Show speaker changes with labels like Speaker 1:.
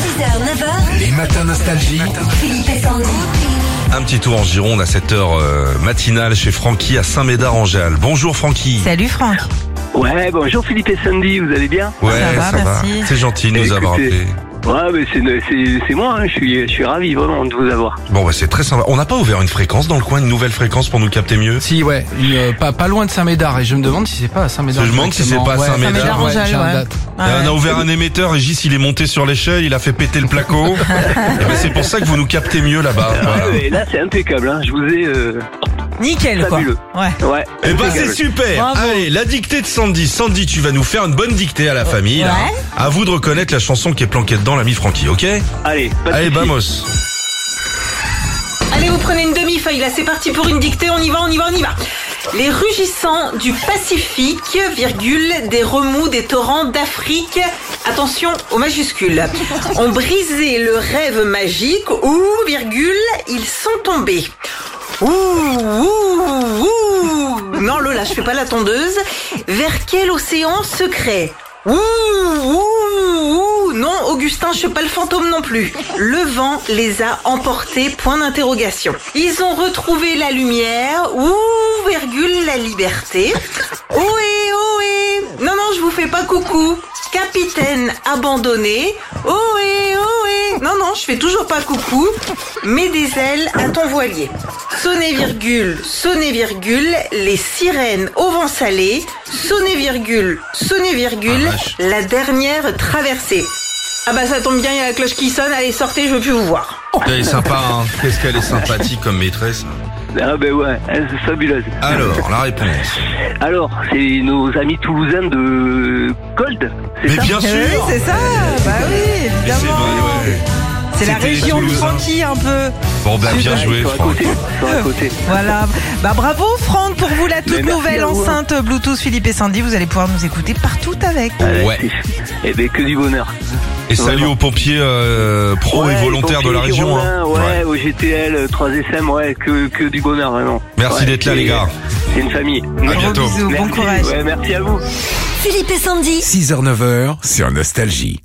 Speaker 1: 9h,
Speaker 2: Les matins nostalgie.
Speaker 1: Philippe et Sandy.
Speaker 3: Un petit tour en Gironde à cette heure euh, matinale chez Francky à Saint-Médard-en-Jalles. Bonjour Francky.
Speaker 4: Salut Franck.
Speaker 5: Ouais, bonjour Philippe et Sandy, vous allez bien
Speaker 3: Ouais,
Speaker 4: Ça va, merci.
Speaker 3: C'est gentil de nous avoir
Speaker 5: Écoutez.
Speaker 3: appelé.
Speaker 5: Ouais, mais c'est, c'est, c'est moi, hein, je, suis, je suis ravi vraiment de vous avoir.
Speaker 3: Bon, bah, c'est très sympa. On n'a pas ouvert une fréquence dans le coin, une nouvelle fréquence pour nous capter mieux.
Speaker 2: Si, ouais, une, euh, pas, pas loin de Saint-Médard. Et je me demande si c'est pas à Saint-Médard.
Speaker 3: Je me demande si c'est pas à
Speaker 2: directement.
Speaker 3: Saint-Médard.
Speaker 2: Saint-Médard, ouais,
Speaker 4: Saint-Médard,
Speaker 2: j'ai
Speaker 4: Angèle,
Speaker 2: un
Speaker 4: ouais.
Speaker 2: date.
Speaker 3: Et Euh, on a ouvert un émetteur et Gis, il est monté sur l'échelle, il a fait péter le placo. Eh ben, c'est pour ça que vous nous captez mieux là-bas.
Speaker 5: Ah,
Speaker 3: Voilà.
Speaker 5: Ouais, et là, c'est impeccable, hein, je vous ai... euh,
Speaker 4: Nickel quoi.
Speaker 5: Fabuleux.
Speaker 4: Ouais.
Speaker 5: ouais,
Speaker 3: Eh ben
Speaker 5: impeccable.
Speaker 3: c'est super
Speaker 4: Bravo.
Speaker 3: Allez, la dictée de Sandy. Sandy, tu vas nous faire une bonne dictée à la famille. là.
Speaker 4: Ouais.
Speaker 3: À vous de reconnaître la chanson qui est planquée dedans, l'ami Francky, ok
Speaker 5: Allez, pas de
Speaker 3: Allez, bah,
Speaker 5: soucis.
Speaker 3: vamos
Speaker 6: Allez, vous prenez une demi-feuille, là c'est parti pour une dictée, on y va, on y va, on y va. Les rugissants du Pacifique, virgule, des remous des torrents d'Afrique, attention aux majuscules, ont brisé le rêve magique, ou, virgule, ils sont tombés. Ouh, ouh, ouh. Non, Lola, je fais pas la tondeuse. Vers quel océan secret Ouh, ouh, ouh. Non, Augustin, je suis pas le fantôme non plus. Le vent les a emportés, point d'interrogation. Ils ont retrouvé la lumière, ouh, virgule, la liberté. Ohé, ohé. Non, non, je vous fais pas coucou. Capitaine abandonné, ohé, ohé. Non, non, je fais toujours pas coucou. Mets des ailes à ton voilier. Sonnez virgule, sonnez virgule, les sirènes au vent salé. Sonnez virgule, sonnez virgule,
Speaker 3: Ah, vache.
Speaker 6: la dernière traversée. Ah bah ça tombe bien, il y a la cloche qui sonne, allez sortez, je veux plus vous voir.
Speaker 3: Elle est sympa, hein Qu'est-ce qu'elle est sympathique comme maîtresse.
Speaker 5: Ah ben ouais, hein, c'est fabuleux.
Speaker 3: Alors, la réponse.
Speaker 5: Alors, c'est nos amis toulousains de Cold, c'est
Speaker 3: Mais
Speaker 5: ça
Speaker 3: bien
Speaker 4: Eh oui,
Speaker 3: sûr
Speaker 4: c'est ça. Bah oui,
Speaker 3: Mais c'est
Speaker 4: évidemment.
Speaker 3: vrai, ouais.
Speaker 4: C'est la
Speaker 3: C'était hein. les
Speaker 4: région du
Speaker 3: Toulousains.
Speaker 4: Francky un peu.
Speaker 3: Bon, bah, bien
Speaker 5: Ouais,
Speaker 3: joué,
Speaker 5: Ah, ils sont à
Speaker 3: Franck.
Speaker 5: côté, ils sont à côté.
Speaker 4: Voilà. Bah bravo Franck pour vous la toute
Speaker 5: Mais merci
Speaker 4: nouvelle
Speaker 5: à vous, hein.
Speaker 4: enceinte Bluetooth Philippe et Sandy. Vous allez pouvoir nous écouter partout avec.
Speaker 3: Ouais.
Speaker 5: Eh ben que du bonheur.
Speaker 3: Et salut aux pompiers euh, pro
Speaker 5: Ouais,
Speaker 3: et volontaires de la
Speaker 5: pompiers
Speaker 3: région. hein.
Speaker 5: girondins, Ouais, au GTL, 3SM, ouais, que, que du bonheur vraiment.
Speaker 3: Merci
Speaker 5: Ouais,
Speaker 3: d'être là,
Speaker 5: c'est-
Speaker 3: les gars.
Speaker 5: C'est une famille.
Speaker 3: À bientôt.
Speaker 4: Gros bisous, bon
Speaker 5: Merci.
Speaker 4: courage.
Speaker 5: Ouais, merci à vous.
Speaker 1: Philippe et Sandy.
Speaker 2: 6h, 9h, sur Nostalgie.